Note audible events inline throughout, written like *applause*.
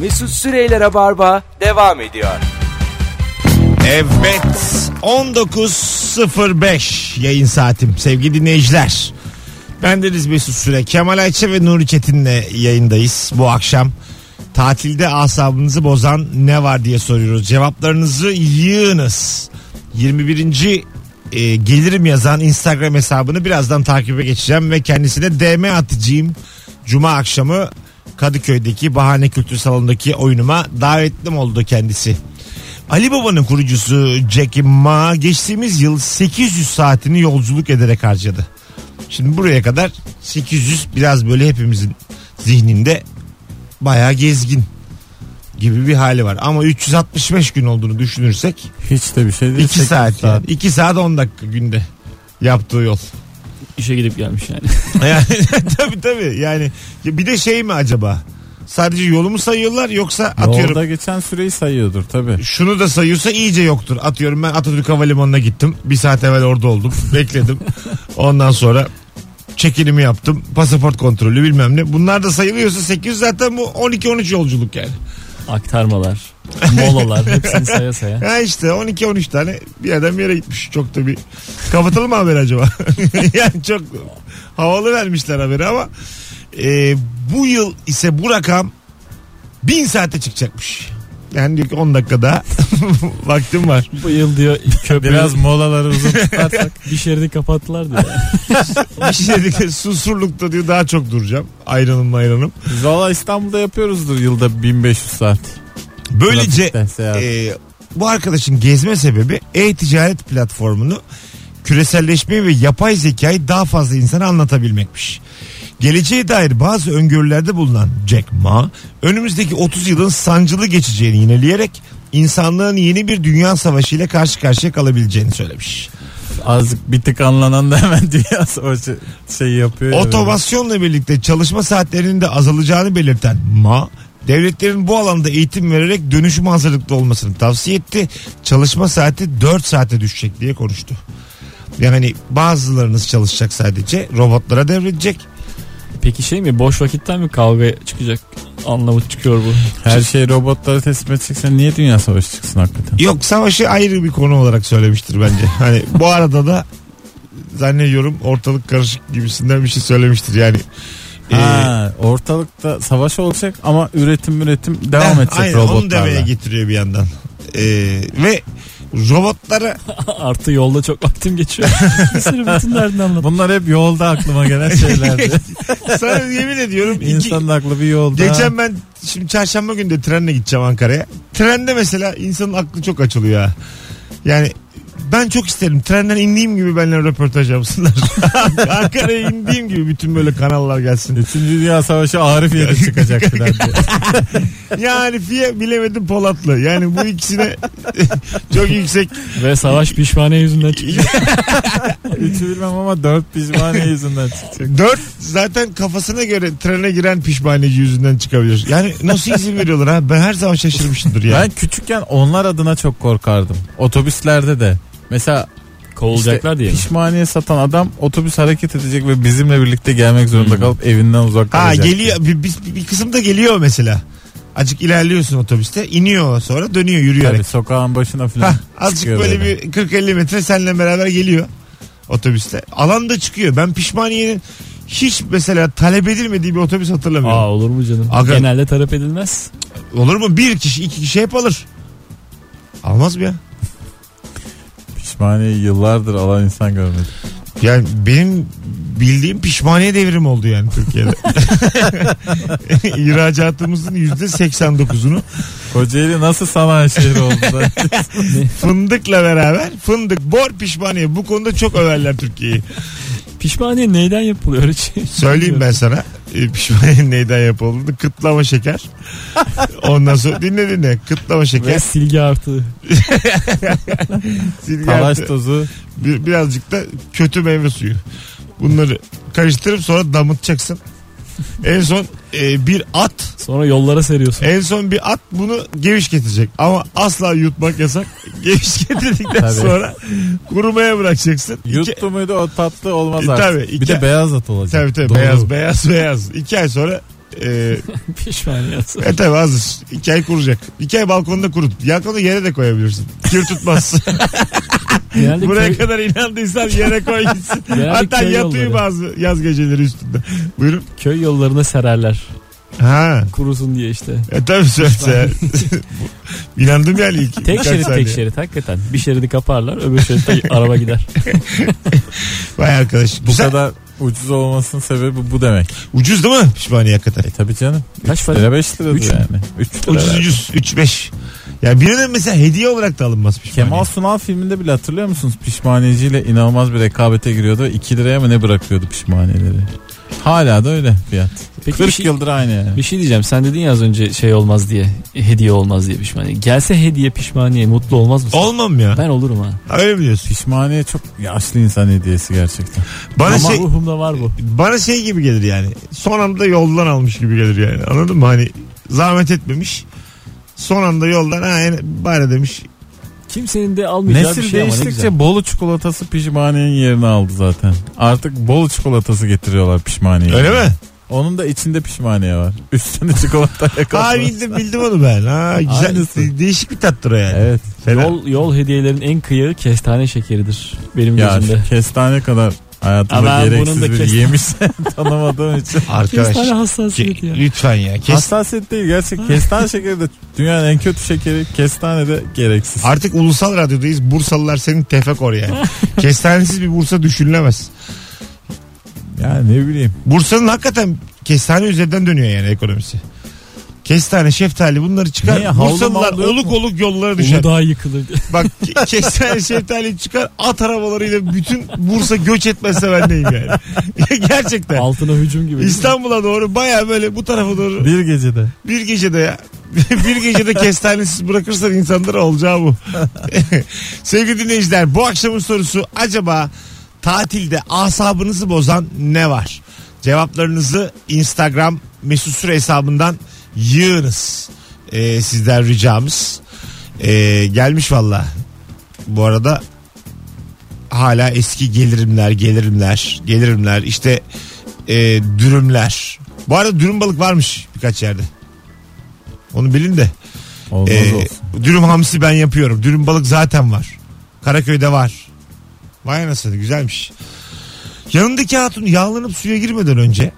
Mesut Süreyler'e barba devam ediyor. Evet 19.05 yayın saatim sevgili dinleyiciler. Ben Deniz Mesut Süre, Kemal Ayça ve Nuri Çetin'le yayındayız bu akşam. Tatilde asabınızı bozan ne var diye soruyoruz. Cevaplarınızı yığınız. 21. e, gelirim yazan Instagram hesabını birazdan takibe geçeceğim ve kendisine DM atacağım. Cuma akşamı Kadıköy'deki Bahane Kültür Salonu'ndaki oyunuma davetlim oldu kendisi. Ali Baba'nın kurucusu Jackie Ma geçtiğimiz yıl 800 saatini yolculuk ederek harcadı. Şimdi buraya kadar 800 biraz böyle hepimizin zihninde bayağı gezgin gibi bir hali var. Ama 365 gün olduğunu düşünürsek Hiç de bir şey değil. 2 Sekiz saat yani. 2 saat 10 dakika günde yaptığı *laughs* yol. İşe gidip gelmiş yani. Yani, *laughs* tabii tabii yani ya bir de şey mi acaba? Sadece yolu mu sayıyorlar yoksa atıyorum *laughs* Yolda geçen süreyi sayıyordur tabii. şunu da sayıyorsa iyice yoktur. Atıyorum ben Atatürk Havalimanı'na gittim. Bir saat evvel orada oldum. *laughs* Bekledim. Ondan sonra çekilimi yaptım. Pasaport kontrolü bilmem ne. Bunlar da sayılıyorsa 800 zaten bu 12-13 yolculuk yani. Aktarmalar, molalar hepsini saya saya. Ha işte 12-13 tane bir yerden bir yere gitmiş. Çok da bir kapatalım mı haberi acaba? *laughs* yani çok havalı vermişler haberi ama e, bu yıl ise bu rakam 1000 saate çıkacakmış. Yani diyor ki 10 dakika daha *laughs* vaktim var. Bu yıl diyor köprü Biraz molaları uzun tutarsak. *laughs* bir şeridi kapattılar diyor. Bir şey dedik susurlukta diyor daha çok duracağım. Ayranım ayranım. Biz valla İstanbul'da yapıyoruzdur yılda 1500 saat. Böylece Trafikten seyahat. e, bu arkadaşın gezme sebebi e-ticaret platformunu küreselleşmeyi ve yapay zekayı daha fazla insana anlatabilmekmiş. Geleceğe dair bazı öngörülerde bulunan Jack Ma önümüzdeki 30 yılın sancılı geçeceğini yineleyerek insanlığın yeni bir dünya savaşı ile karşı karşıya kalabileceğini söylemiş. Azıcık bir tık anlanan da hemen *laughs* dünya savaşı şeyi yapıyor. ya böyle. Otomasyonla birlikte çalışma saatlerinin de azalacağını belirten Ma, devletlerin bu alanda eğitim vererek dönüşüm hazırlıklı olmasını tavsiye etti. Çalışma saati 4 saate düşecek diye konuştu. Yani hani bazılarınız çalışacak sadece robotlara devredecek. Peki şey mi boş vakitten mi kavga çıkacak anlamı çıkıyor bu. Her şey robotlara teslim edeceksen niye dünya savaşı çıksın hakikaten? Yok savaşı ayrı bir konu olarak söylemiştir bence. *laughs* Hani bu arada da zannediyorum ortalık karışık gibisinden bir şey söylemiştir yani. e, Ha, ortalıkta savaş olacak ama üretim üretim devam eh, edecek aynen, Onu demeye robotlarla. getiriyor bir yandan. E, ve robotlara *laughs* Artı yolda çok *laughs* vaktim geçiyor. bir sürü bütün derdini anlat. Bunlar hep yolda aklıma gelen *laughs* şeylerdi. Sana yemin ediyorum. iki- İnsanın aklı bir yolda. geçen ben şimdi çarşamba günü de trenle gideceğim Ankara'ya. Trende mesela insanın aklı çok açılıyor ha. Yani ben çok isterim. Trenden indiğim gibi benimle röportaj yapsınlar. *laughs* Ankara'ya indiğim gibi bütün böyle kanallar *laughs* gelsin. Üçüncü Dünya Savaşı Arif yedi çıkacak filan diye. *laughs* Yani fiye bilemedim Polatlı. Yani bu ikisine *laughs* çok yüksek. Ve savaş pişmane yüzünden çıkacak. *laughs* Üçü bilmem ama dört *laughs* pişmaniye yüzünden çıkacak. Dört zaten kafasına göre trene giren pişmaneci yüzünden çıkabilir. Yani nasıl izin veriyorlar ha? Ben her zaman şaşırmışımdır yani. Ben küçükken onlar adına çok korkardım. Otobüslerde de. Mesela Kovulacaklar diye. mi? pişmaniye satan adam otobüs hareket edecek ve bizimle birlikte gelmek zorunda Hı. kalıp evinden uzak Ha kalacak. geliyor bir, bir, bir kısım da geliyor mesela. Acık ilerliyorsun otobüste iniyor sonra dönüyor Tabii yürüyerek. sokağın başına filan. Hah, azıcık çıkıyor böyle bir 40-50 metre seninle beraber geliyor otobüste. Alan da çıkıyor. Ben pişmaniyenin hiç mesela talep edilmediği bir otobüs hatırlamıyorum. Aa olur mu canım? Aga. Genelde taraf edilmez. Olur mu? Bir kişi iki kişi hep alır. Almaz mı ya? Pişmaniyeyi yıllardır alan insan görmedim. Yani benim bildiğim pişmaniye devrim oldu yani Türkiye'de. *laughs* İhracatımızın yüzde 89'unu Kocaeli nasıl sanayi şehri oldu *laughs* da? fındıkla beraber fındık, bor, pişmaniye bu konuda çok överler Türkiye'yi. Pişmaniye neyden yapılıyor öyle şey? Söyleyeyim ben sana e, pişmaniye *laughs* neyden yapıldığını kıtlama şeker. Ondan sonra dinle dinle kıtlama Ve şeker. silgi artı. silgi Talaş artı, tozu. bir- birazcık da kötü meyve suyu. Bunları karıştırıp sonra damıtacaksın. En son e, bir at Sonra yollara seriyorsun. en son bir at bunu geviş getirecek ama asla yutmak yasak. *laughs* Geviş getirdikten Tabii. sonra kurumaya bırakacaksın. İki- Yuttu muydu o tatlı olmaz E, artık. tabii, bir iki- de beyaz at olacak. Tabii tabii Doğru. beyaz beyaz beyaz. İki ay sonra Ee, Pişmaniyası. e tabi hazır. İki ay kuracak. İki ay balkonda kurut. Yakını yere de koyabilirsin. Kür *laughs* tutmaz. *laughs* Genelde Buraya köy- kadar inandıysan yere koy gitsin. Genelde Hatta köy yatıyor yolları. bazı yaz geceleri üstünde. Buyurun. köy yollarına sererler. Ha. Kurusun diye işte. E tabii söylese. *laughs* İnandım yani ilk. Tek birkaç şerit saniye. tek şerit hakikaten. Bir şeridi kaparlar öbür şeritte araba gider. Vay arkadaş. Bu Güzel. kadar ucuz olmasının sebebi bu demek. Ucuz değil mi pişmaniye hakikaten? E tabii canım. Kaç 3 para? lira 5 lira Üç mü? yani. 3 lira. Ucuz verdim. ucuz. 3-5. Ya birine mesela hediye olarak da alınmaz pişmaniye. Hani- Kemal Sunal filminde bile hatırlıyor musunuz? Pişmaniyeciyle inanılmaz bir rekabete giriyordu. 2 liraya mı ne bırakıyordu pişmaniyeleri? Hala da öyle fiyat. Peki 40 bir, şey, yıldır aynı yani. bir şey diyeceğim. Sen dedin ya az önce şey olmaz diye. Hediye olmaz diye pişmaniye. Gelse hediye pişmaniye mutlu olmaz mısın? Olmam ya. Ben olurum ha. Öyle mi diyorsun? Pişmaniye çok yaşlı insan hediyesi gerçekten. Bana Ama şey ruhumda var bu. bana şey gibi gelir yani. Son anda yoldan almış gibi gelir yani. Anladın mı? Hani zahmet etmemiş. Son anda yoldan ha yani bari demiş. Kimsenin de almayacağı Nesil bir şey ama ne değiştikçe güzel. Bolu çikolatası pişmaniyenin yerini aldı zaten. Artık Bolu çikolatası getiriyorlar pişmaniyeye. Öyle mi? Onun da içinde pişmaniye var. Üstünde *laughs* çikolata Ha yakalamış. bildim bildim onu ben. Ha güzel. Aynısı. Değişik bir tattır o yani. Evet. Fena. Yol, yol hediyelerin en kıyığı kestane şekeridir. Benim Ya gözümde. şu kestane kadar hayatımda Ama gereksiz bunun da bir kestane- yemiş *laughs* tanımadığım için. Arkadaş. Kestane ke- hassasiyeti ya. lütfen ya. Kes, Hassasiyet değil gerçek. Kestane şekeri de dünyanın en kötü şekeri. Kestane de gereksiz. Artık ulusal radyodayız. Bursalılar senin tefekor yani. Kestanesiz bir Bursa düşünülemez. Yani ne bileyim. Bursa'nın hakikaten kestane üzerinden dönüyor yani ekonomisi. Kestane, şeftali bunları çıkar. Ne ya, havlu Bursalılar mavlu yok oluk mu? oluk yollara düşer. Ulu daha yıkılır. *laughs* Bak ke- kestane, şeftali çıkar at arabalarıyla bütün Bursa göç etmezse ben neyim yani. *laughs* Gerçekten. Altına hücum gibi. İstanbul'a doğru baya böyle bu tarafa doğru Bir *laughs* gecede. bir gecede *laughs* ya. bir gecede kestanesiz bırakırsan insanlara olacağı bu. *laughs* Sevgili dinleyiciler bu akşamın sorusu acaba tatilde asabınızı bozan ne var? Cevaplarınızı Instagram mesut süre hesabından yığınız. Ee, sizden ricamız. Ee, gelmiş valla. Bu arada hala eski gelirimler, gelirimler, gelirimler. işte e, dürümler. Bu arada dürüm balık varmış birkaç yerde. Onu bilin de. Olmaz Ee, olsun. dürüm hamsi ben yapıyorum. Dürüm balık zaten var. Karaköy'de var. Vay anasını güzelmiş. Yanındaki hatun yağlanıp suya girmeden önce.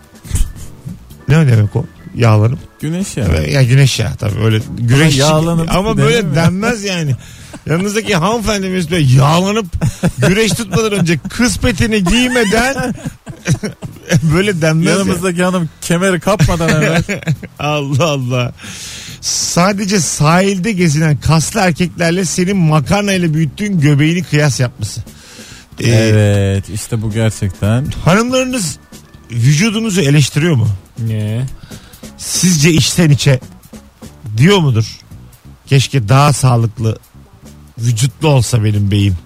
ne demek o? Yağlanıp. Güneş ya. Ya güneş ya tabii öyle güneş. yağlanıp Ama denir böyle mi? denmez *laughs* yani. Yanınızdaki hanımefendi Mesut Bey yağlanıp güreş tutmadan önce kıspetini *laughs* giymeden *laughs* böyle denmez. ya. Yanımızdaki hanım kemeri kapmadan hemen. Allah Allah. Sadece sahilde gezinen kaslı erkeklerle senin makarnayla büyüttüğün göbeğini kıyas yapması. *laughs* Ee, evet işte bu gerçekten. Hanımlarınız vücudunuzu eleştiriyor mu? Ne? Sizce içten içe diyor mudur? Keşke daha sağlıklı vücutlu olsa benim beyim.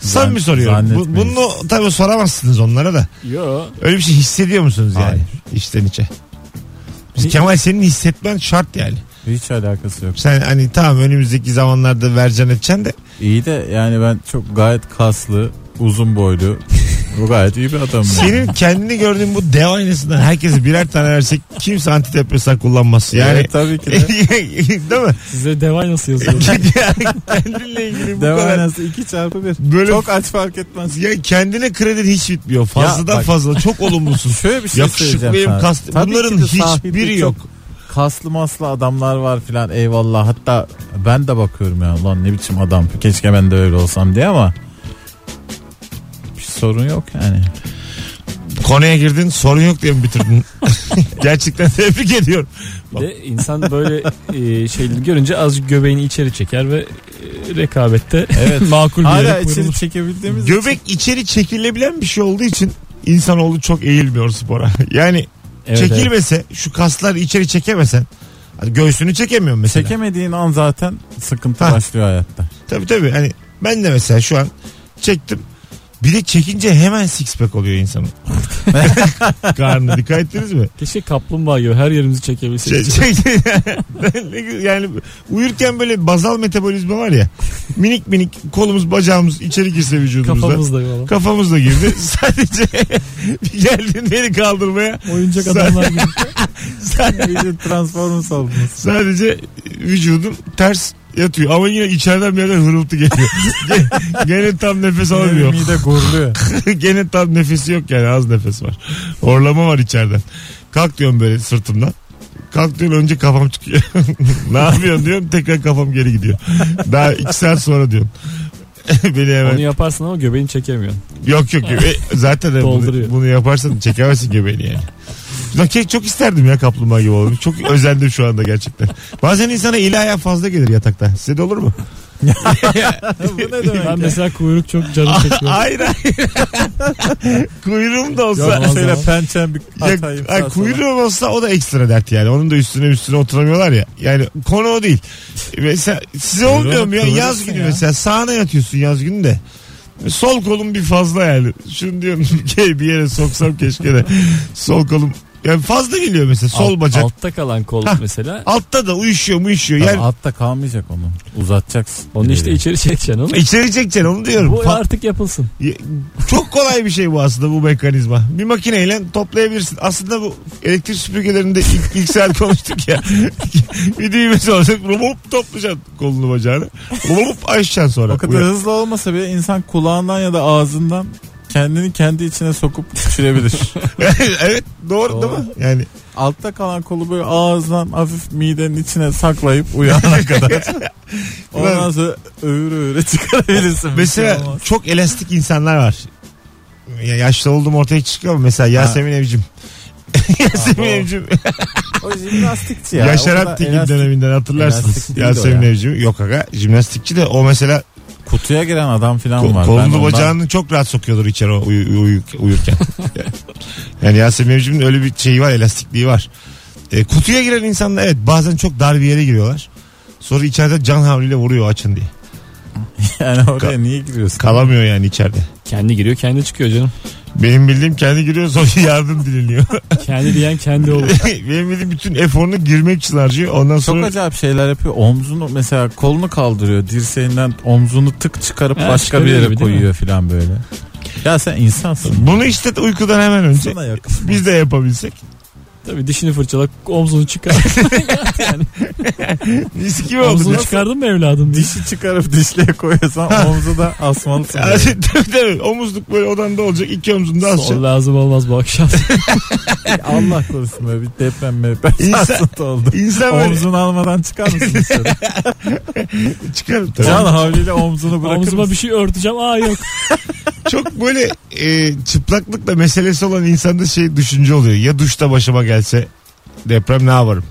Sen mi soruyorum? Bu- zannetmeyiz. bunu tabii soramazsınız onlara da. Yo. Öyle bir şey hissediyor musunuz yani? Hayır. İçten içe. Hi- Kemal senin hissetmen şart yani. Hiç alakası yok. Sen hani tamam önümüzdeki zamanlarda vereceksin edeceksin de İyi de yani ben çok gayet kaslı, uzun boylu. bu gayet iyi bir adamım. senin kendini gördüğün bu dev aynasından herkese birer tane versek kimse antidepresan kullanmaz. yani. Yani tabii ki de. değil mi? Size devay *laughs* nasıl yazıyor? Kendinle ilgili *laughs* bu Devam en kadar az 2 çarpı 1. böyle Çok aç fark etmez. ya kendine kredin hiç bitmiyor. Fazladan Ya bak- fazla *laughs* çok olumlusun. Şöyle bir şey söyleyeceğim Yakışıklıyım sana. kast. Tabii Bunların ki de sahilde hiçbiri çok yok. Kaslı maslı adamlar var filan eyvallah. Hatta ben de bakıyorum ya lan ne biçim adam. Keşke ben de öyle olsam diye ama bir sorun yok yani. Konuya girdin sorun yok diye mi *laughs* bitirdin? Gerçekten tebrik ediyorum. Bir de insan böyle e, şeyleri görünce azıcık göbeğini içeri çeker ve e, rekabette Evet. *laughs* makul bir Hala yere içeri koyulur. çekebildiğimiz Göbek içeri çekilebilen bir şey olduğu için insanoğlu çok eğilmiyor spora. *laughs* Yani Evet, evet. çekilmese şu kaslar içeri çekemesen hani göğsünü çekemiyorum mesela. Çekemediğin an zaten sıkıntı Ha. başlıyor *laughs* hayatta. Tabii tabii hani ben de mesela şu an çektim. Bir de çekince hemen six pack oluyor insanın. *laughs* Karnı dikkat ettiniz mi? Keşke kaplumbağa gibi her yerimizi Ç- çekebilseydik. çekti. Ne güzel, *laughs* yani uyurken böyle bazal metabolizma var ya. Minik minik kolumuz bacağımız içeri girse vücudumuzda. Kafamız, Kafamızda da yola. *laughs* girdi. Sadece bir geldin beni kaldırmaya Oyuncak adamlar gibi. İyice Transformers oldunuz. Sadece vücudum ters yatıyor. Ama yine içeriden bir yerden hırıltı geliyor. Ge- Gene tam nefes alamıyor. Mide gorluyor. *laughs* Gene tam nefesi yok yani az nefes var. Horlama var içeriden. Kalk diyorum böyle sırtımdan. Kalk diyorum önce kafam çıkıyor. *laughs* ne yapıyorsun diyorum tekrar kafam geri gidiyor. Daha iki saat sonra diyorum. *laughs* Beni hemen Onu yaparsın ama göbeğini çekemiyorsun. Yok yok. yok. E, zaten de bunu, Dolduruyor. bunu yaparsan çekemezsin göbeğini yani. Lan kek çok isterdim ya kaplumbağa gibi olayım. Çok özendim şu anda gerçekten. Bazen insana eli ayağı fazla gelir yatakta. Size de olur mu? Bu ne Ben demek? mesela kuyruk çok canım çekiyor. hayır hayır. *laughs* kuyruğum da olsa. Yok, Ben Olmaz şöyle ama. pençem bir Ya, atayım. ay, sağa sola. kuyruğum olsa o da ekstra dert yani. Onun da üstüne üstüne oturamıyorlar ya. Yani konu o değil. Mesela size Kuyruğu olmuyor mu ya? Yaz kıvırırsın günü ya. mesela sağına yatıyorsun yaz günü de. Sol kolum bir fazla yani. Şunu diyorum *laughs* ki bir yere soksam keşke de. Sol kolum yani fazla geliyor mesela sol Alt- bacak. Altta kalan kol Hah. mesela. Altta da uyuşuyor uyuşuyor. Tamam, Yani Altta kalmayacak onu. Uzatacaksın. Onu işte Ee, içeri çekeceksin *laughs* onu. içeri çekeceksin onu diyorum. Bu Fa- artık yapılsın. Ya, Çok kolay bir şey bu aslında bu mekanizma. Bir makineyle toplayabilirsin. Aslında bu elektrik süpürgelerinde ilk, ilk saat *laughs* konuştuk ya. bir düğmesi olacak. Hop toplayacaksın kolunu bacağını. Hop açacaksın sonra. O kadar Uyan. hızlı olmasa bile insan kulağından ya da ağzından kendini kendi içine sokup *laughs* düşürebilir. *laughs* evet doğru, Doğru. değil mi? Yani Altta kalan kolu böyle ağızdan hafif midenin içine saklayıp *laughs* uyanana kadar. Ondan sonra öğür öğür çıkarabilirsin. Bir mesela şey olmaz. çok elastik insanlar var. Ya yaşlı oldum ortaya çıkıyor mu? Mesela Yasemin Evcim. Yasemin *laughs* Ha, doğru. Evcim. o jimnastikçi ya. Yaşar O kadar Attigil elastik- döneminden hatırlarsınız. elastik değil o Yasemin ya. Evcim. Yok aga jimnastikçi de o mesela Kutuya giren adam filan Ko- var. Ben kolunu ondan- bacağını çok rahat sokuyordur içeri o uyu- uyu- uyu- uyurken. *laughs* yani Yasemin Evcim'in öyle bir şeyi var elastikliği var. E, kutuya giren insanlar evet bazen çok dar bir yere giriyorlar. Sonra içeride can havliyle vuruyor açın diye. *laughs* Yani oraya niye giriyorsun? Kalamıyor yani içeride. Kendi giriyor kendi çıkıyor canım. Benim bildiğim kendi giriyor sonra *laughs* yardım dileniyor. Kendi diyen *laughs* kendi olur. Benim bildiğim bütün eforunu girmek için harcıyor. Ondan Çok sonra acayip şeyler yapıyor. Omzunu mesela kolunu kaldırıyor. Dirseğinden omzunu tık çıkarıp Ha, başka bir çıkarıyor yere gibi değil mi? koyuyor filan böyle. Ya sen insansın. bunu işte uykudan hemen önce Sana yakışmaz. biz de yapabilsek. *laughs* Tabii dişini fırçala omzunu çıkar. Mis gibi oldu. omzunu çıkardın mı evladım diye. Dişi çıkarıp dişliğe koyuyorsan omzu da asmalısın. Ya, *laughs* böyle. tabii, tabii. Omuzluk böyle odanda olacak. iki omzunu da asacaksın. Sol lazım olmaz bu akşam. Allah korusun böyle bir deprem meprem İnsan- sarsıntı oldu. İnsan böyle Omzunu almadan çıkar *laughs* mısın dışarı? çıkar. tabii. Can havliyle omzunu bırakır Omzuma mısın? bir şey örteceğim. Aa yok. Çok böyle e, çıplaklıkla meselesi olan insanda şey düşünce oluyor. Ya duşta başıma gelse deprem ne yaparım?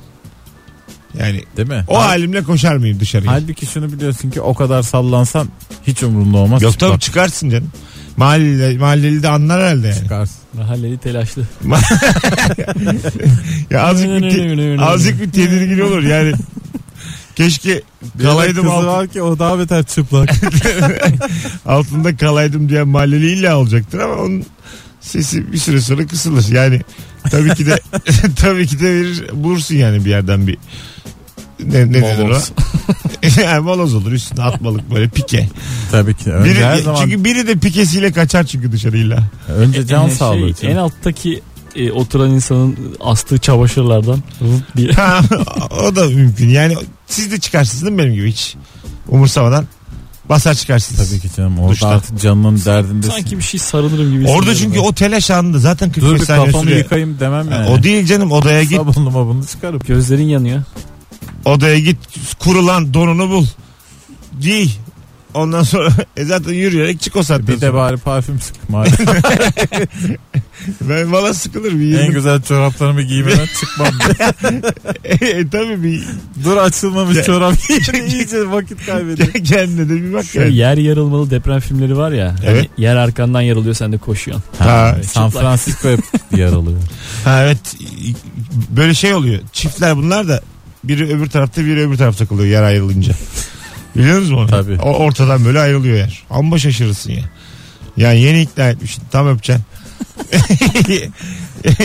Yani Değil mi? o halimle koşar mıyım dışarıya? Halbuki şunu biliyorsun ki o kadar sallansan hiç umurunda olmaz. Yok Çıplak tabii çıkarsın canım. Mahalleli, mahalleli de anlar herhalde *laughs* yani. çıkarsın. Mahalleli telaşlı. Ya azıcık bir, te- azıcık bir tedirgin olur yani. Keşke Kalaydım kalaydım kızı altın- var ki o daha beter çıplak. altında kalaydım diye mahalleli illa olacaktır ama onun sesi bir süre sonra kısılır. Yani tabii ki *laughs* de *laughs* tabii ki de verir, bulursun yani bir yerden bir ne, ne denir o? Moloz. *laughs* yani moloz olur üstüne atmalık böyle pike. Tabii ki. Önce her Biri, zaman Çünkü biri de pikesiyle kaçar çünkü dışarıyla. *laughs* önce can Ee, sağlığı. şey, En alttaki e, oturan insanın astığı çamaşırlardan *laughs* vıp diye. Ha, o da mümkün. Yani siz de çıkarsınız değil mi benim gibi hiç? Umursamadan basar çıkarsınız. Tabii ki canım. Orada Duşta. artık canının derdindesin. Sanki bir şey sarılırım gibi. Orada hissediyorum çünkü ben. o telaş anında zaten 45 Dur bir saniye kafamı sürüyor. yıkayayım demem yani. O değil canım odaya git Sabunlu mabunlu çıkarıp. gözlerin yanıyor. odaya git kurulan donunu bul. Giy. Ondan sonra *laughs* e zaten yürüyerek çık o saatten Bir de sonra. bari parfüm sık madem. Ben valla sıkılır bir en yirmi- güzel çoraplarımı giymeden çıkmam. *laughs* e, tabii bir *laughs* *laughs* Dur açılmamış Ya- çorap giyin. İyice *laughs* vakit kaybediyor. kendine de bir bak Şey- Şöyle yani. yer yarılmalı deprem filmleri var ya. hani Evet. yer arkandan yarılıyor sen de koşuyorsun. Ha. San Çıplak. Francisco hep *laughs* yaralıyor. Ha evet böyle şey oluyor. Çiftler bunlar da biri öbür tarafta biri öbür tarafta kalıyor yer *laughs* ayrılınca. Biliyor musun onu? Tabii. O ortadan böyle ayrılıyor yer. Amma şaşırırsın ya. Yani yeni ikna etmişsin tam öpeceksin. *laughs*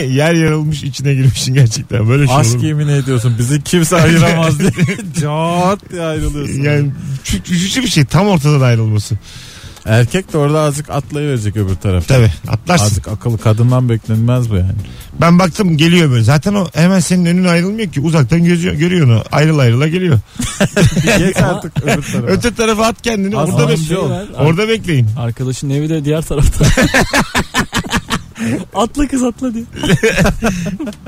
yer yarılmış içine girmişsin gerçekten böyle şey olur Aşk mu? yemin ediyorsun bizi kimse ayıramaz *laughs* diye. Cahat diye ayrılıyorsun. Yani çok üzücü bir şey tam ortadan ayrılması. Erkek de orada azıcık atlayıverecek öbür tarafta. Tabii atlarsın. Azıcık akıllı kadından beklenmez bu yani. Ben baktım geliyor böyle. Zaten o hemen senin önün ayrılmıyor ki. Uzaktan gözüyor, görüyor onu. Ayrıl ayrıla geliyor. *laughs* Geç artık öbür tarafa. Öte tarafa at kendini. Az orada, zaman bekle. şey var. orada bekleyin. Arkadaşın evi de *laughs* diğer tarafta. atla kız atla diye.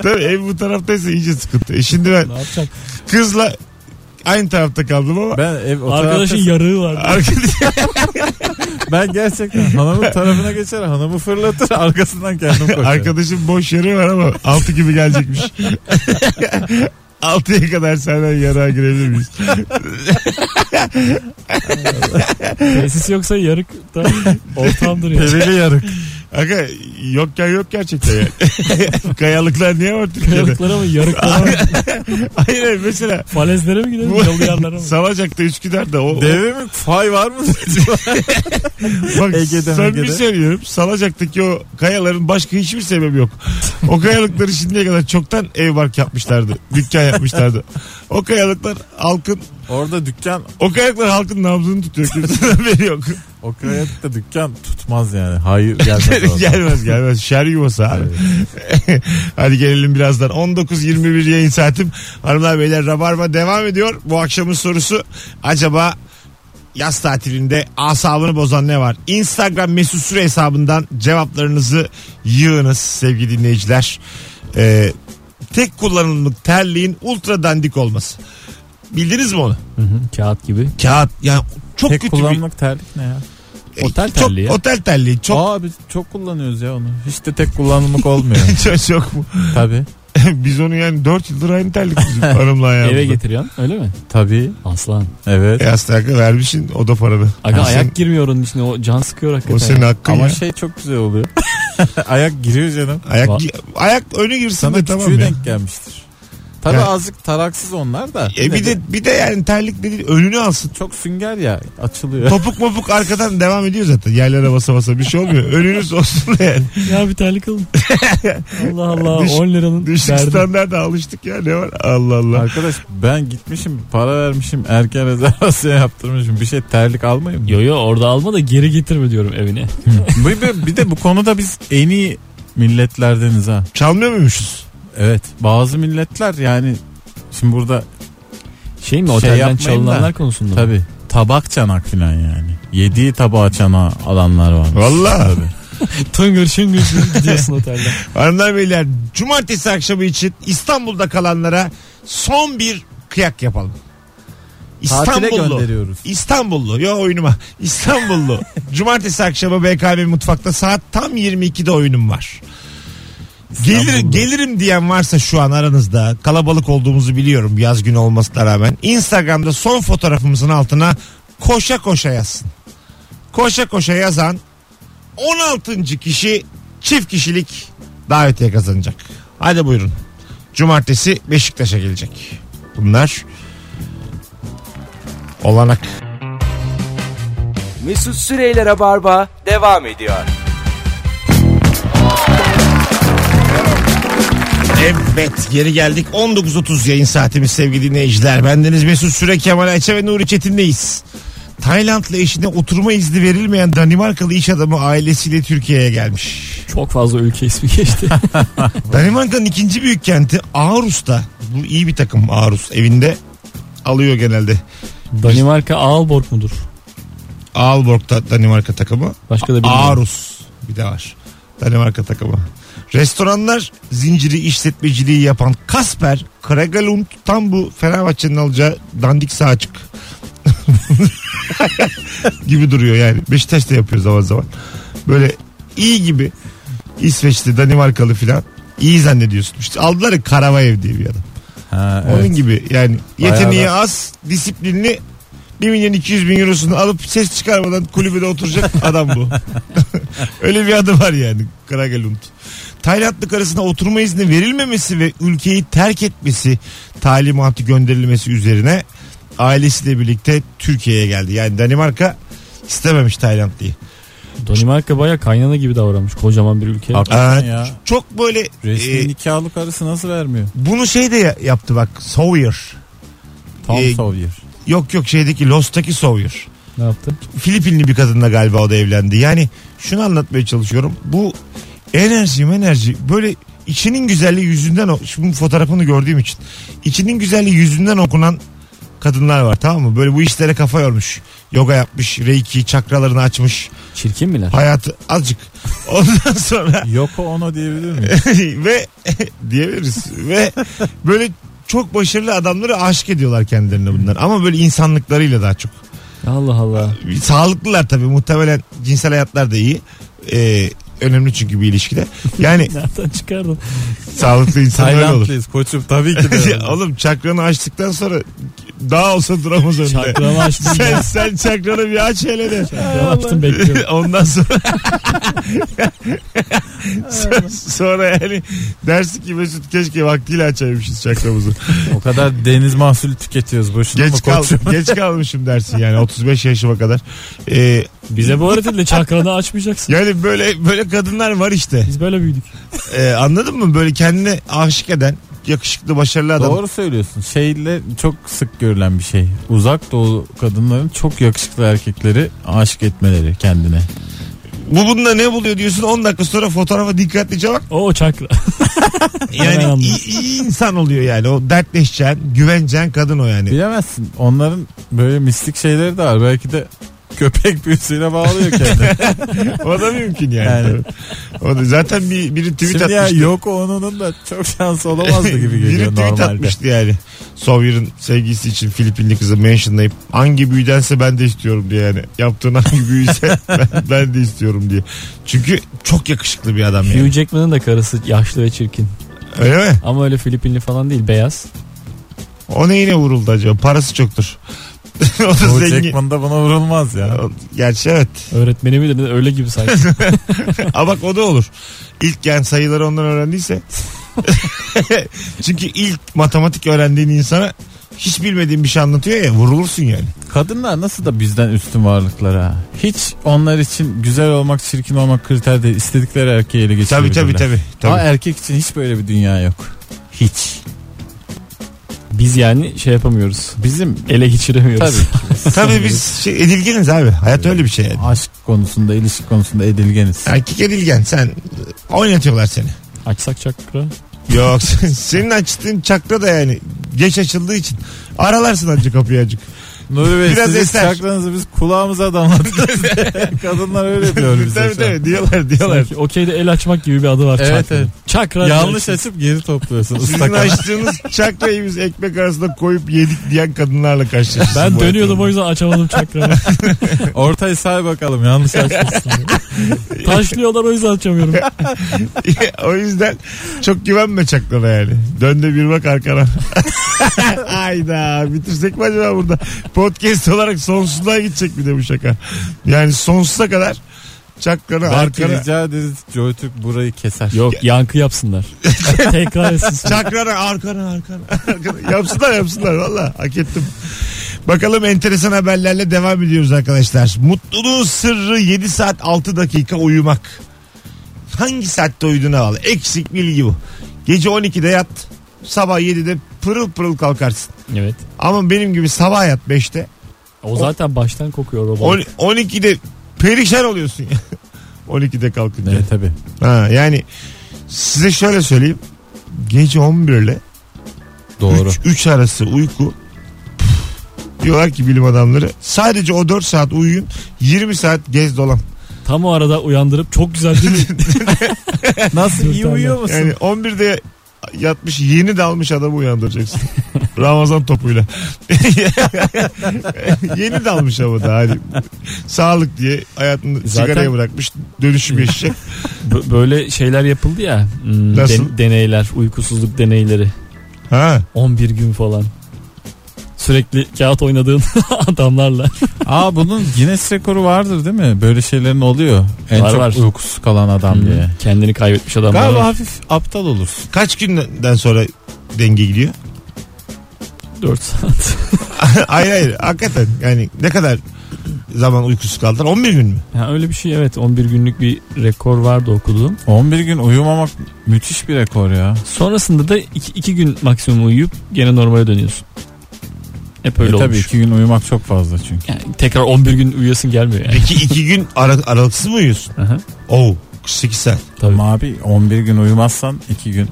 Tabii ev bu taraftaysa iyice sıkıntı. E şimdi ben Ne yapacak? kızla aynı tarafta kaldım ama Ben ev o Arkadaşın tarafta- yarığı var. arkadaş ben gerçekten hanımın tarafına geçer hanımı fırlatır arkasından kendim koşarım. Arkadaşım boş yarı var ama altı gibi gelecekmiş. Altıya kadar senden yara girebilir miyiz? Tesis yoksa *laughs* yarık da ortamdır yani. Perili yarık. Aga yokken yok gerçekten yani. Kayalıklar niye var Türkiye'de? Kayalıklara mı *laughs* yarıklara mı? Hayır hayır, mesela Falezlere mi gidelim? bu Yalıyanlara mı? Salacak'ta Üsküdar'da o, o Deve mi? Fay var mı? *laughs* Bak Ege'de, samimi Mege'de. söylüyorum. Salacak'taki o kayaların başka hiçbir sebebi yok. O kayalıkları şimdiye kadar çoktan ev bark yapmışlardı. Dükkan yapmışlardı. O kayalıklar halkın Orada dükkan o kayalıklar halkın nabzını tutuyor. Kimsenin haberi yok. o krayette dükkan tutmaz yani. *laughs* Hayır gelmez orada. gelmez gelmez. Şer yuvası abi. *laughs* Hadi gelelim birazdan. 19.21 yayın saatim. Hanımlar beyler Rabarba devam ediyor. Bu akşamın sorusu acaba yaz tatilinde asabını bozan ne var? Instagram mesut süre hesabından cevaplarınızı yığınız sevgili dinleyiciler. Ee, tek kullanımlık terliğin ultra dandik olması. Bildiniz mi onu? Kağıt gibi. Kağıt yani çok Tek kötü bir kullanımlık terlik ne ya? Otel E, çok, terliği ya. otel terliği çok Aa biz çok kullanıyoruz ya onu. Hiç de tek *laughs* kullanımlık olmuyor. çok, çok mu? tabii. *laughs* Biz onu yani 4 yıldır aynı terlik bizim *laughs* hanımla ayağımızda. Eve getiriyorsun öyle mi? Tabii. Aslan. Evet. E hasta hakkı vermişsin o da paranı. Aga O ayak senin- girmiyor onun içine. O can sıkıyor hakikaten. O senin hakkın Ama ya. şey çok güzel oluyor. *laughs* Ayak giriyor canım. Ayak, Va- gi- ayak önü girsin Sana de küçüğü tamam ya. denk gelmiştir. Tabii Yani- azıcık taraksız onlar da. E bir de bir de yani terlik değil önünü *laughs* alsın. çok sünger ya açılıyor. Topuk mopuk arkadan devam ediyor zaten. Yerlere basa basa bir şey olmuyor. Önünüz olsun da yani. *laughs* Ya bir *laughs* terlik alın. Allah Allah Düş- 10 liranın Düşük derdi. standarda alıştık ya ne var? Allah Allah. *laughs* Arkadaş ben gitmişim para vermişim erken rezervasyon yaptırmışım bir şey terlik almayayım mı? Yo yo orada alma da geri getirme diyorum evine. bir, bir, bir de bu konuda biz en iyi milletlerdeniz ha. Çalmıyor muymuşuz? Evet bazı milletler yani şimdi burada Şey mi Şey otelden yapmayın çalınanlar da. konusunda mı? tabi tabak çanak filan yani. Yediği tabağa çanağı alanlar var. *laughs* Valla. Tıngır şıngır şıngır gidiyorsun otelden. Hanımlar beyler cumartesi akşamı için İstanbul'da kalanlara son bir kıyak yapalım. Tatile *laughs* İstanbullu. gönderiyoruz. İstanbullu. Yo oyunuma. İstanbullu. Cumartesi akşamı BKB mutfakta saat tam 22'de oyunum var. Gelir, İstanbullu. gelirim diyen varsa şu an aranızda kalabalık olduğumuzu biliyorum yaz günü olmasına rağmen. Instagram'da son fotoğrafımızın altına koşa koşa yazsın. Koşa koşa yazan 16. kişi çift kişilik davetiye kazanacak. Hadi buyurun. Cumartesi Beşiktaş'a gelecek. Bunlar olanak. Mesut Süreyler'e barba devam ediyor. Evet geri geldik 19.30 yayın saatimiz sevgili dinleyiciler. Bendeniz Mesut Süre Kemal Ayça ve Nuri Çetin'deyiz. Taylandlı eşine oturma izni verilmeyen Danimarkalı iş adamı ailesiyle Türkiye'ye gelmiş. Çok fazla ülke ismi *laughs* geçti. Danimarka'nın ikinci büyük kenti Aarhus'ta. Bu iyi bir takım Aarhus evinde alıyor genelde. Danimarka Aalborg mudur? Aalborg'da Danimarka takımı. Başka da bilmiyorum. Aarhus bir de var. Danimarka takımı. Restoranlar zinciri işletmeciliği yapan Kasper Kragalund tam bu Fenerbahçe'nin alacağı dandik sağ açık. *laughs* gibi duruyor yani. Beşiktaş da yapıyor zaman zaman. Böyle iyi gibi İsveçli Danimarkalı filan iyi zannediyorsun. İşte aldılar ya Karavayev diye bir adam. Ha, Onun evet. gibi yani Bayağı yeteneği az, disiplinli 1 milyon 200 bin eurosunu alıp ses çıkarmadan kulübede *laughs* oturacak adam bu. *laughs* Öyle bir adı var yani Kragelund. Taylandlı karısına oturma izni verilmemesi ve ülkeyi terk etmesi talimatı gönderilmesi üzerine ailesiyle birlikte Türkiye'ye geldi. Yani Danimarka istememiş Taylandlıyı. Danimarka baya kaynana gibi davranmış kocaman bir ülke. Haklısın ya. Çok böyle Resmi e, nikahlı karısı nasıl vermiyor? bunu şey de ya- yaptı bak Sawyer. Tam e, Sawyer. Yok yok şeydeki Lost'taki Sawyer. Ne yaptı? Filipinli bir kadınla galiba o da evlendi. Yani şunu anlatmaya çalışıyorum. Bu enerji enerji böyle içinin güzelliği yüzünden o- şimdi fotoğrafını gördüğüm için içinin güzelliği yüzünden okunan kadınlar var tamam mı? Böyle bu işlere kafa yormuş. Yoga yapmış, reiki, çakralarını açmış. Çirkin miler? Hayatı azıcık. *laughs* Ondan sonra *laughs* Yoko Ono diyebilir miyim? ve *laughs* diyebiliriz ve böyle çok başarılı adamları aşık ediyorlar kendilerine bunlar ama böyle insanlıklarıyla daha çok Allah Allah. sağlıklılar tabii muhtemelen cinsel hayatlar da iyi Ee, önemli çünkü bir ilişkide yani Nereden çıkardın? sağlıklı insan öyle olur Taylandlıyız koçum tabii ki *laughs* de. Ya oğlum çakranı açtıktan sonra daha olsa duramaz önünde Çakramı açtım. *laughs* sen, sen çakranı bir aç hele de Çakramı açtım bekliyorum. *laughs* Ondan sonra sonra, sonra yani dersi ki Mesut keşke vaktiyle açaymışız çakramızı. o kadar deniz mahsulü tüketiyoruz boşuna mı Geç, kal, koçum? geç kalmışım dersin yani 35 yaşıma kadar. Ee, Bize bu öğretildi çakranı açmayacaksın. yani böyle böyle kadınlar var işte. Biz böyle büyüdük. Ee, anladın mı? Böyle kendine aşık eden, yakışıklı, başarılı adam. Doğru söylüyorsun. Şeyle çok sık görülen bir şey. Uzak doğu kadınların çok yakışıklı erkekleri aşık etmeleri kendine. Bu bunda ne buluyor diyorsun 10 dakika sonra fotoğrafa dikkatlice bak. O çakra. Hemen Yani anladım. iyi, iyi insan oluyor yani. O dertleşeceğin, güveneceğin kadın o yani. E, Bilemezsin. Onların böyle mistik şeyleri de var. Belki de köpek *laughs* *laughs* büyüsüyle bağlıyor kendini. O da mümkün yani. Yani. O da zaten bir biri tweet Şimdi ya atmıştı. *laughs* yok onun da çok şansı olamazdı gibi Biri geliyor tweet normalde. atmıştı yani. Sawyer'ın sevgilisi için Filipinli kızı mentionlayıp hangi büyüdense ben de istiyorum diye yani. Yaptığın hangi büyüyse *laughs* ben, ben de istiyorum diye. Çünkü çok yakışıklı bir adam yani. Hugh Jackman'ın da karısı yaşlı ve çirkin. Öyle mi? Ama öyle Filipinli falan değil beyaz. O neyine vuruldu acaba? Parası çoktur. *laughs* o da Bu zengin. Jackman'da buna vurulmaz ya. O- Gerçi evet. Öğretmeni mi dedi öyle gibi sanki. Ama bak o da olur. İlk yani sayıları ondan öğrendiyse. *laughs* Çünkü ilk matematik öğrendiğin insana hiç bilmediğin bir şey anlatıyor ya vurulursun yani. Kadınlar nasıl da bizden üstün varlıklar ha. Hiç onlar için güzel olmak, çirkin olmak kriter değil. İstedikleri erkeği ele Tabii geçirebilirler. tabii tabii. tabii. Ama erkek için hiç böyle bir dünya yok. Hiç. Biz yani şey yapamıyoruz. Bizim Ele geçiremiyoruz. Tabii Tabii biz şey, edilgeniz abi. Hayat öyle bir şey yani. aşk konusunda, ilişki konusunda edilgeniz. Erkek edilgen sen oynatıyorlar seni. *laughs* Açsak çakra. Yok sen- *laughs* senin açtığın çakra da yani geç açıldığı için aralarsın acı kapıyı acık. Nuri Bey Biraz sizin eser. çakranızı biz kulağımıza damlattık. *laughs* Kadınlar öyle diyor bize tabii şu an. tabii diyorlar diyorlar. Sanki okeyde el açmak gibi bir adı var Evet, çakranın. evet. Çakra. Yanlış açıp geri topluyorsun Sizin ıstakan. açtığınız çakrayı biz ekmek arasında koyup yedik diyen kadınlarla karşılaşıyorsun. Ben bu dönüyordum o yüzden açamadım çakramı. Ortayı say *laughs* bakalım yanlış açmışsın. Taşlıyorlar o yüzden açamıyorum. hayatında. *laughs* o yüzden çok güvenme çakrana yani. Dön de bir bak arkana. Hayda bitirsek mi acaba burada? Podcast olarak sonsuzluğa gidecek bir de bu şaka. Yani sonsuza kadar çakrana Belki arkana. rica ederiz Joytürk burayı keser. Yok yankı yapsınlar. Tekrar etsin. Çakrana arkana arkana. arkana. *laughs* yapsınlar yapsınlar valla hak ettim. Bakalım enteresan haberlerle devam ediyoruz arkadaşlar. Mutluluğun sırrı 7 saat 6 dakika uyumak. Hangi saatte uyuduğuna bağlı. Eksik bilgi bu. Gece 12'de yat. Sabah 7'de pırıl pırıl kalkarsın. Evet. Ama benim gibi sabah yat 5'te. O zaten baştan kokuyor robot. on- 12'de perişan oluyorsun ya. *laughs* 12'de kalkınca. Evet tabii. Ha, yani size şöyle söyleyeyim. Gece 11 ile *laughs* Doğru. 3, arası uyku. Püf. Diyorlar ki bilim adamları sadece o 4 saat uyuyun 20 saat gez dolan. Tam o arada uyandırıp çok güzel değil *laughs* mi? Nasıl iyi Dörtlerden. uyuyor musun? Yani 11'de yatmış yeni dalmış adamı uyandıracaksın. Ramazan topuyla. yeni dalmış ama da hani sağlık diye hayatını Zaten- sigaraya bırakmış dönüşüm yaşayacak. B- böyle şeyler yapıldı ya. Hmm, Nasıl? den- deneyler, uykusuzluk deneyleri. Ha. 11 gün falan. Sürekli kağıt oynadığın *laughs* adamlarla. Aa bunun Guinness rekoru vardır değil mi? Böyle şeylerin oluyor. En Var, çok var. uykusuz kalan adam diye. Hmm. Kendini kaybetmiş adamlar. Galiba var. hafif aptal olursun. Kaç günden sonra denge gidiyor? *laughs* 4 saat. *laughs* hayır hayır hakikaten yani ne kadar zaman uykusuz kaldılar 11 gün mü? Ha, öyle bir şey evet 11 günlük bir rekor vardı okuduğum. 11 gün uyumamak müthiş bir rekor ya. Sonrasında da 2 gün maksimum uyuyup gene normale dönüyorsun. Hep öyle E tabii olmuş. iki gün uyumak çok fazla çünkü. Yani tekrar 11 gün uyuyasın gelmiyor yani. Peki iki gün ara- aralıksız mı uyuyorsun? Aha. Oo 48 Oh, saat. Tabii. Ama abi 11 gün uyumazsan iki gün.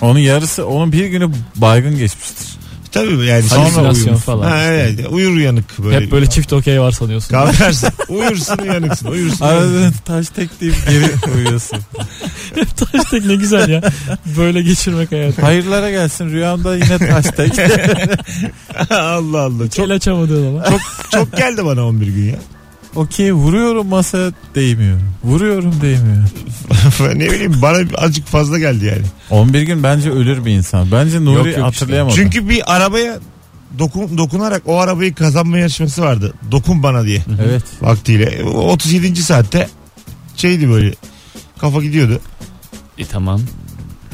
Onun yarısı onun bir günü baygın geçmiştir. Tabii yani. Halüsinasyon uyumuşsun. falan Ha, işte. evet. Uyur uyanık böyle. Hep böyle çift okey var sanıyorsun. Kalkarsın. *laughs* uyursun uyanıksın. Uyursun. Arada taş tek deyip *laughs* geri uyuyorsun. taş tek ne güzel *laughs* ya. Böyle geçirmek hayatı. Hayırlara gelsin rüyamda yine taş tek. *laughs* Allah Allah. Çok... Çok, El açamadığın ama. çok geldi bana 11 gün ya. *laughs* Okey vuruyorum masaya değmiyor. Vuruyorum değmiyor. ne bileyim bana azıcık fazla geldi yani. 11 gün bence ölür bir insan. Bence Nuri Yok, yok hatırlayamadı. Çünkü bir arabaya dokun, dokunarak o arabayı kazanma yarışması vardı. Dokun bana diye Evet. vaktiyle. O 37. saatte şeydi böyle kafa gidiyordu. E tamam.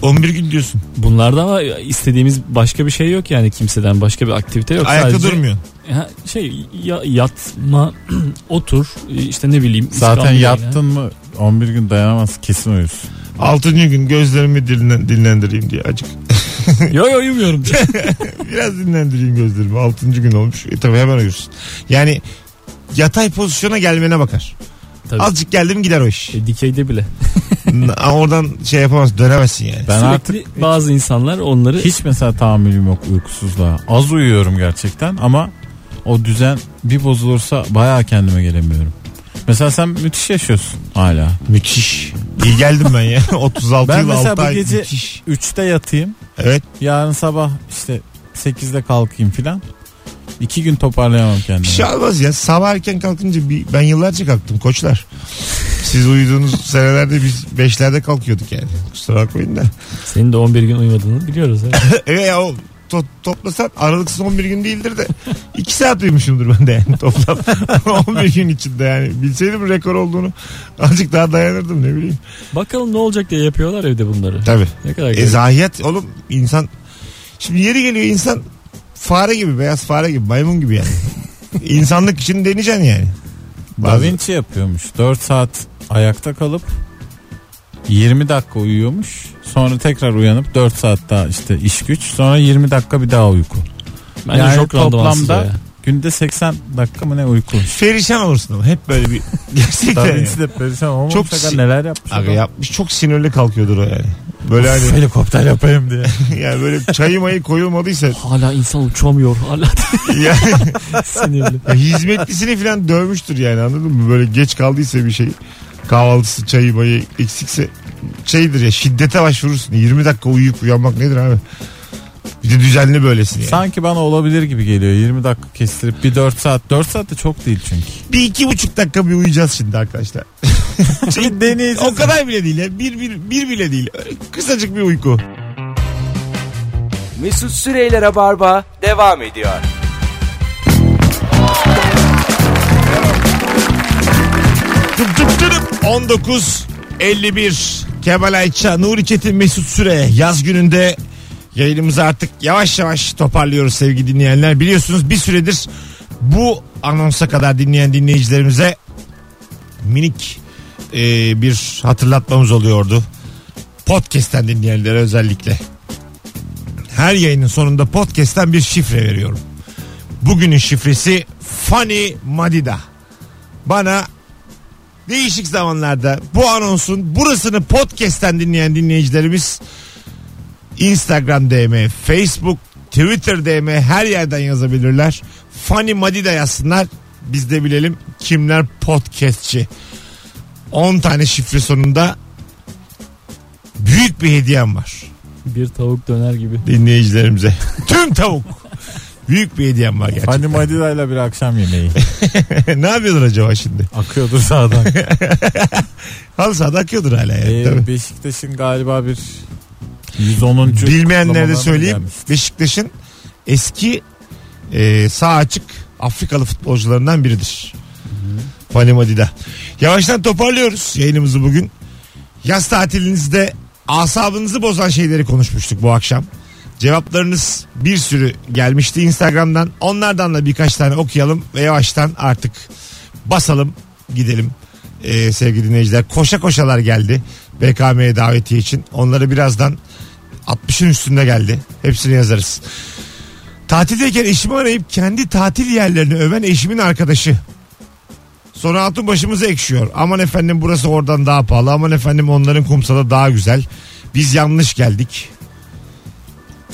11 gün diyorsun. Bunlarda ama istediğimiz başka bir şey yok yani kimseden başka bir aktivite yok. Ayakta Sadece- durmuyorsun. Ha, şey ya- yatma, *clears throat* otur e, işte ne bileyim. Zaten İskambil yattın mı 11 gün dayanamaz kesin uyursun. 6. gün gözlerimi dinlen- dinlendireyim diye acık. oyna. Yo *laughs* yo uyumuyorum. Biraz dinlendireyim gözlerimi. 6. gün olmuş. E tabii hemen uyursun. Yani yatay pozisyona gelmene bakar. Tabii. Azıcık geldim gider o iş. E, dikeyde bile. N- Oradan şey yapamazsın dönemezsin yani. Ben Sürekli artık bazı insanlar onları hiç mesela tahammülüm yok uykusuzluğa. Az uyuyorum gerçekten ama o düzen bir bozulursa bayağı kendime gelemiyorum. Mesela sen müthiş yaşıyorsun hala. Müthiş. İyi geldim ben ya. *laughs* 36 Ben yıl mesela 6 bu ay gece- müthiş. 3'te yatayım. Evet. Yarın sabah işte 8'de kalkayım filan. 2 gün toparlayamam kendimi. Bir şey olmaz ya. Sabah erken kalkınca bir, ben yıllarca kalktım koçlar. Siz uyuduğunuz senelerde biz 5'lerde kalkıyorduk yani. Kusura bakmayın da. senin de 11 gün uyumadığını biliyoruz. *laughs* evet. evet ya o to- toplasan aralıksız 11 gün değildir de 2 saat uyumuşumdur ben de yani toplam *laughs* 11 gün içinde yani bilseydim rekor olduğunu azıcık daha dayanırdım ne bileyim. Bakalım ne olacak diye yapıyorlar evde bunları. Tabii. Ne kadar E garip. zahiyet oğlum insan şimdi yeri geliyor insan fare gibi beyaz fare gibi maymun gibi *laughs* yani. İnsanlık için deneyeceksin yani. Da Vinci yapıyormuş. 4 saat ayakta kalıp 20 dakika uyuyormuş. Sonra tekrar uyanıp 4 saat daha işte iş güç. Sonra 20 dakika bir daha uyku. Bence yani çok randımansız toplamda- o ya. Günde 80 dakika mı ne uyku? Ferişan olursun ama hep böyle *laughs* bir Da gerçekten. yani. Vinci de perişan olmamış. Çok Çok si- neler yapmış. Aga adam. yapmış çok sinirli kalkıyordur o yani. Böyle hani Helikopter *laughs* yapayım diye. yani böyle çayı mayı *laughs* koyulmadıysa Hala insan uçamıyor. Hala *laughs* yani sinirli. hizmetlisini falan dövmüştür yani anladın mı? Böyle geç kaldıysa bir şey kahvaltısı çayı mayı eksikse şeydir ya şiddete başvurursun. 20 dakika uyuyup uyanmak nedir abi? Bir de düzenli böylesin yani. Sanki bana olabilir gibi geliyor. 20 dakika kestirip bir 4 saat. 4 saat de çok değil çünkü. Bir iki buçuk dakika bir uyuyacağız şimdi arkadaşlar. *laughs* Bir deneyeceğiz. o kadar bile değil ya. Bir, bir, bir bile değil. Kısacık bir uyku. Mesut Süreyler'e barba devam ediyor. Tıp tıp tırıp 19 51 Kemal Ayça, Nuri Çetin, Mesut Süre yaz gününde yayınımızı artık yavaş yavaş toparlıyoruz sevgili dinleyenler. Biliyorsunuz bir süredir bu anonsa kadar dinleyen dinleyicilerimize minik e, bir hatırlatmamız oluyordu. Podcast'ten dinleyenlere özellikle. Her yayının sonunda podcast'ten bir şifre veriyorum. Bugünün şifresi Funny Madida. Bana değişik zamanlarda bu anonsun burasını podcast'ten dinleyen dinleyicilerimiz Instagram DM, Facebook, Twitter DM her yerden yazabilirler. Funny Madida yazsınlar. Biz de bilelim kimler podcastçi. 10 tane şifre sonunda büyük bir hediyem var Bir tavuk döner gibi. dinleyicilerimize. Tüm tavuk. Büyük bir hediyem var gerçekten. Hani Madida'yla bir akşam yemeği. *laughs* ne yapıyordur acaba şimdi? Akıyordur sağdan. Halı sahada akıyordur hala ya. Ee, Tabii. Beşiktaş'ın galiba bir 110. Bilmeyenlere de kutlamalarına söyleyeyim. gelmiş. Beşiktaş'ın eski e, sağ açık Afrikalı futbolcularından biridir. Fani Madida. Yavaştan toparlıyoruz yayınımızı bugün. Yaz tatilinizde asabınızı bozan şeyleri konuşmuştuk bu akşam. Cevaplarınız bir sürü gelmişti Instagram'dan. Onlardan da birkaç tane okuyalım ve yavaştan artık basalım gidelim. Ee, sevgili dinleyiciler koşa koşalar geldi BKM'ye davetiye için. Onları birazdan 60'ın üstünde geldi. Hepsini yazarız. Tatildeyken eşimi arayıp kendi tatil yerlerini öven eşimin arkadaşı. Sonra hatun başımızı ekşiyor. Aman efendim burası oradan daha pahalı. Aman efendim onların kumsala daha güzel. Biz yanlış geldik.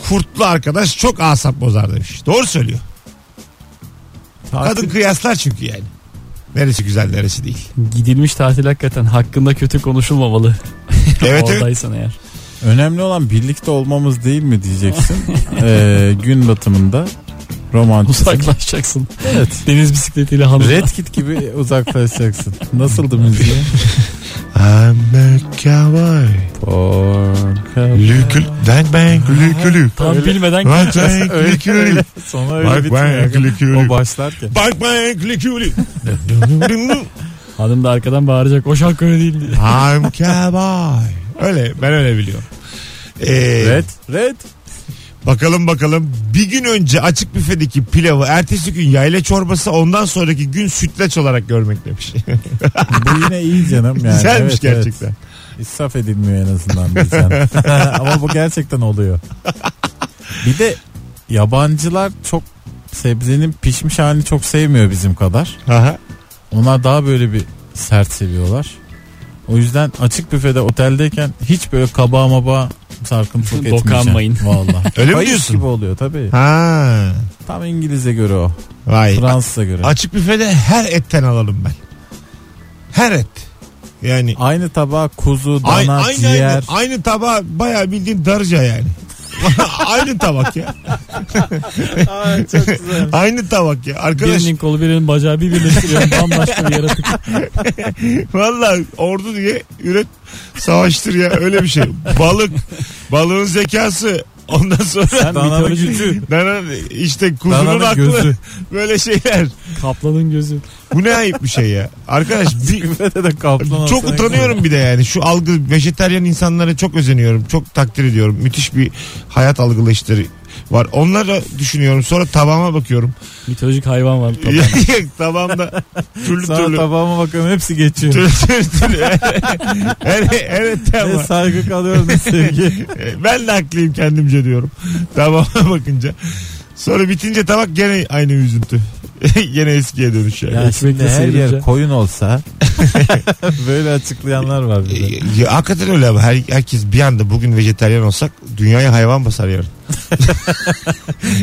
Kurtlu arkadaş çok asap bozar demiş. Doğru söylüyor. Tatil- Kadın kıyaslar çünkü yani. Neresi güzel neresi değil. Gidilmiş tatil hakikaten hakkında kötü konuşulmamalı. Evet evet. Oradaysan eğer. *laughs* Önemli olan birlikte olmamız değil mi diyeceksin. Ee, gün batımında romantik. Uzaklaşacaksın. Evet. Deniz bisikletiyle hanım. Red Kit gibi uzaklaşacaksın. Nasıldı müziği? I'm a cowboy. Lükül. Bang bang lükülü. Tam Öyle- bilmeden Bang bang öyle *laughs* lükülü. öyle. Sonra öyle Bang bang bitmiyor. lükülü. O başlarken. Bang bang lükülü. hanım da arkadan bağıracak. O şarkı öyle değil diye. I'm cowboy. Öyle ben öyle biliyorum. Ee, Red. Red. Bakalım bakalım bir gün önce açık büfedeki pilavı ertesi gün yayla çorbası ondan sonraki gün sütlaç olarak görmek demiş. Bu yine iyi canım yani. *laughs* Güzelmiş Evet, evet. gerçekten. İsraf edilmiyor en azından bizden. *laughs* Ama bu gerçekten oluyor. Bir de yabancılar çok sebzenin pişmiş halini çok sevmiyor bizim kadar. Aha. Onlar daha böyle bir sert seviyorlar. O yüzden açık büfede oteldeyken hiç böyle kabağa maba sarkıntılık etmeyeceğim. Dokanmayın. Valla. *laughs* Öyle mi Kayış diyorsun? gibi oluyor tabii. Ha. Tam İngiliz'e göre o. Vay. Fransız'a göre. Açık büfede her etten alalım ben. Her et. Yani Aynı tabağa kuzu, Ay- dana, aynı, ciğer. aynı, aynı tabağa bayağı bildiğin darıca yani. *laughs* aynı tabak ya. çok güzel. *laughs* Aynı tabak ya. Arkadaş Birinin kolu birinin bacağı bir birleştiriyorum. Bambaşka bir yaratık. Valla ordu diye üret savaştır ya öyle bir şey. Balık, balığın zekası ondan sonra Sen Dananın mitoloji. gücü. *laughs* dana, işte kuzunun Dananın aklı gözü. böyle şeyler. Kaplanın gözü. Bu ne ayıp bir şey ya. Arkadaş bir, Büfede de kaplan çok olsa- utanıyorum bir de yani şu algı vejeteryan insanlara çok özeniyorum çok takdir ediyorum müthiş bir hayat algılayışları var onlara düşünüyorum sonra tabağıma *laughs* bakıyorum Mitolojik hayvan var. tabii. tabağımda türlü Sana türlü tabağıma bakıyorum hepsi geçiyor. türlü türlü türlü evet evet Ne tamam saygı kalıyor ne sevgi. E, Ben de haklıyım kendimce diyorum. Tamam bakınca. Sonra bitince tabak gene aynı üzüntü. *laughs* gene eskiye dönüş yani. ya şimdi her seyirci. yer koyun olsa böyle açıklayanlar var bir de. E, Ya, hakikaten öyle ama her, herkes bir anda bugün vejetaryen olsak dünyaya hayvan basar yarın.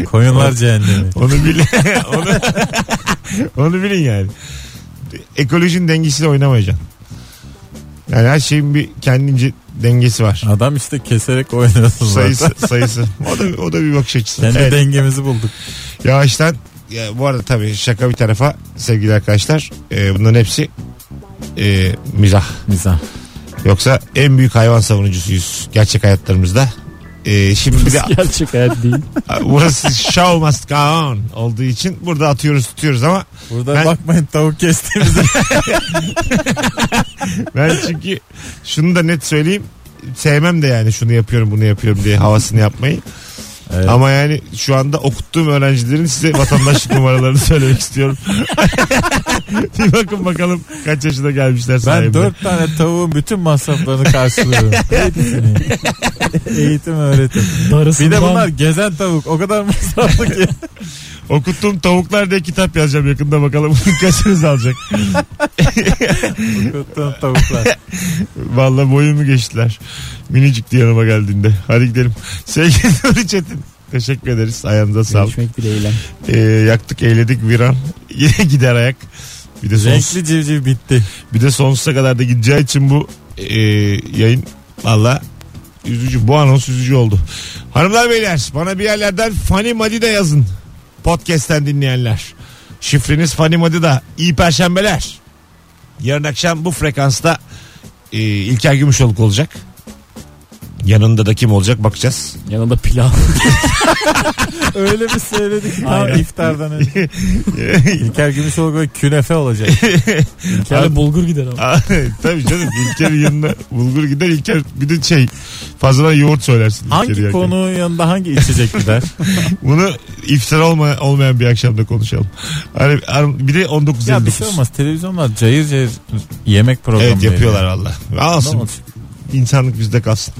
Koyunlar cehennemi. Onu bilin. *laughs* onu, onu bilin yani. Ekolojinin dengesiyle oynamayacaksın. Yani her şeyin bir kendince dengesi var. Adam işte keserek oynuyorsun Sayısı, zaten. sayısı. O da, o da bir bakış açısı. Kendi Evet. dengemizi bulduk. Yavaştan ya bu arada tabii şaka bir tarafa sevgili arkadaşlar e, bunların hepsi e, mizah. Mizah. Yoksa en büyük hayvan savunucusuyuz gerçek hayatlarımızda. E, şimdi *laughs* bir de Gerçek hayat değil. burası show must go on olduğu için burada atıyoruz tutuyoruz ama Burada Ben- bakmayın tavuk kestiğimize. ben çünkü şunu da net söyleyeyim sevmem de yani şunu yapıyorum bunu yapıyorum diye havasını yapmayı. Evet. Ama yani şu anda okuttuğum öğrencilerin size vatandaşlık numaralarını söylemek istiyorum. *laughs* bir bakın bakalım kaç yaşına gelmişler Ben sayemde. dört tane tavuğun bütün masraflarını karşılıyorum. Hepsini. Eğitim öğretim. Darısı Bir de bunlar gezen tavuk. O kadar masraflı ki. Okuttuğum tavuklar diye kitap yazacağım yakında bakalım *laughs* kaçınız alacak. Korkuttuğum tavuklar. Valla boyumu geçtiler. Minicik diye yanıma geldiğinde. Hadi gidelim. *laughs* Sevgili Nuri Çetin. Teşekkür ederiz. Ayağınıza sağlık. Görüşmek dileğiyle. Ee, yaktık eyledik viran. *laughs* Yine gider ayak. Bir de, sons, Renkli civciv bitti. bir de sonsuza kadar da gideceği için bu e, yayın valla üzücü. Bu anons üzücü oldu. Hanımlar beyler bana bir yerlerden Fani Madida yazın. Podcast'ten dinleyenler. Şifreniz Fani Madida. İyi perşembeler. Yarın akşam bu frekansta e, İlker Gümüşoluk olacak. Yanında da kim olacak bakacağız. Yanında pilav. Öyle bir söyledi ki tam Aynen. iftardan önce. İlker Gümüşoğlu böyle künefe olacak. Kelle bulgur gider *laughs* ama. Aa, Tabii canım İlker'in yanına bulgur gider İlker bir de şey fazladan yoğurt söylersin. İlker'i Hangi yerken. konunun yanında hangi içecek gider? Bunu iftar olma, olmayan bir akşamda konuşalım. Hani hani bir de 19 ya bir şey olmaz. Televizyonlar cayır cayır yemek programı. Evet yapıyorlar valla. Ne Alsın olacak? insanlık bizde kalsın.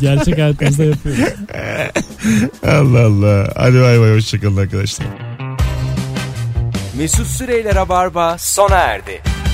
Gerçek hayatımızda yapıyoruz. Allah Allah. Hadi bay bay hoşçakalın arkadaşlar. Mesut Süreyler'e barba sona erdi.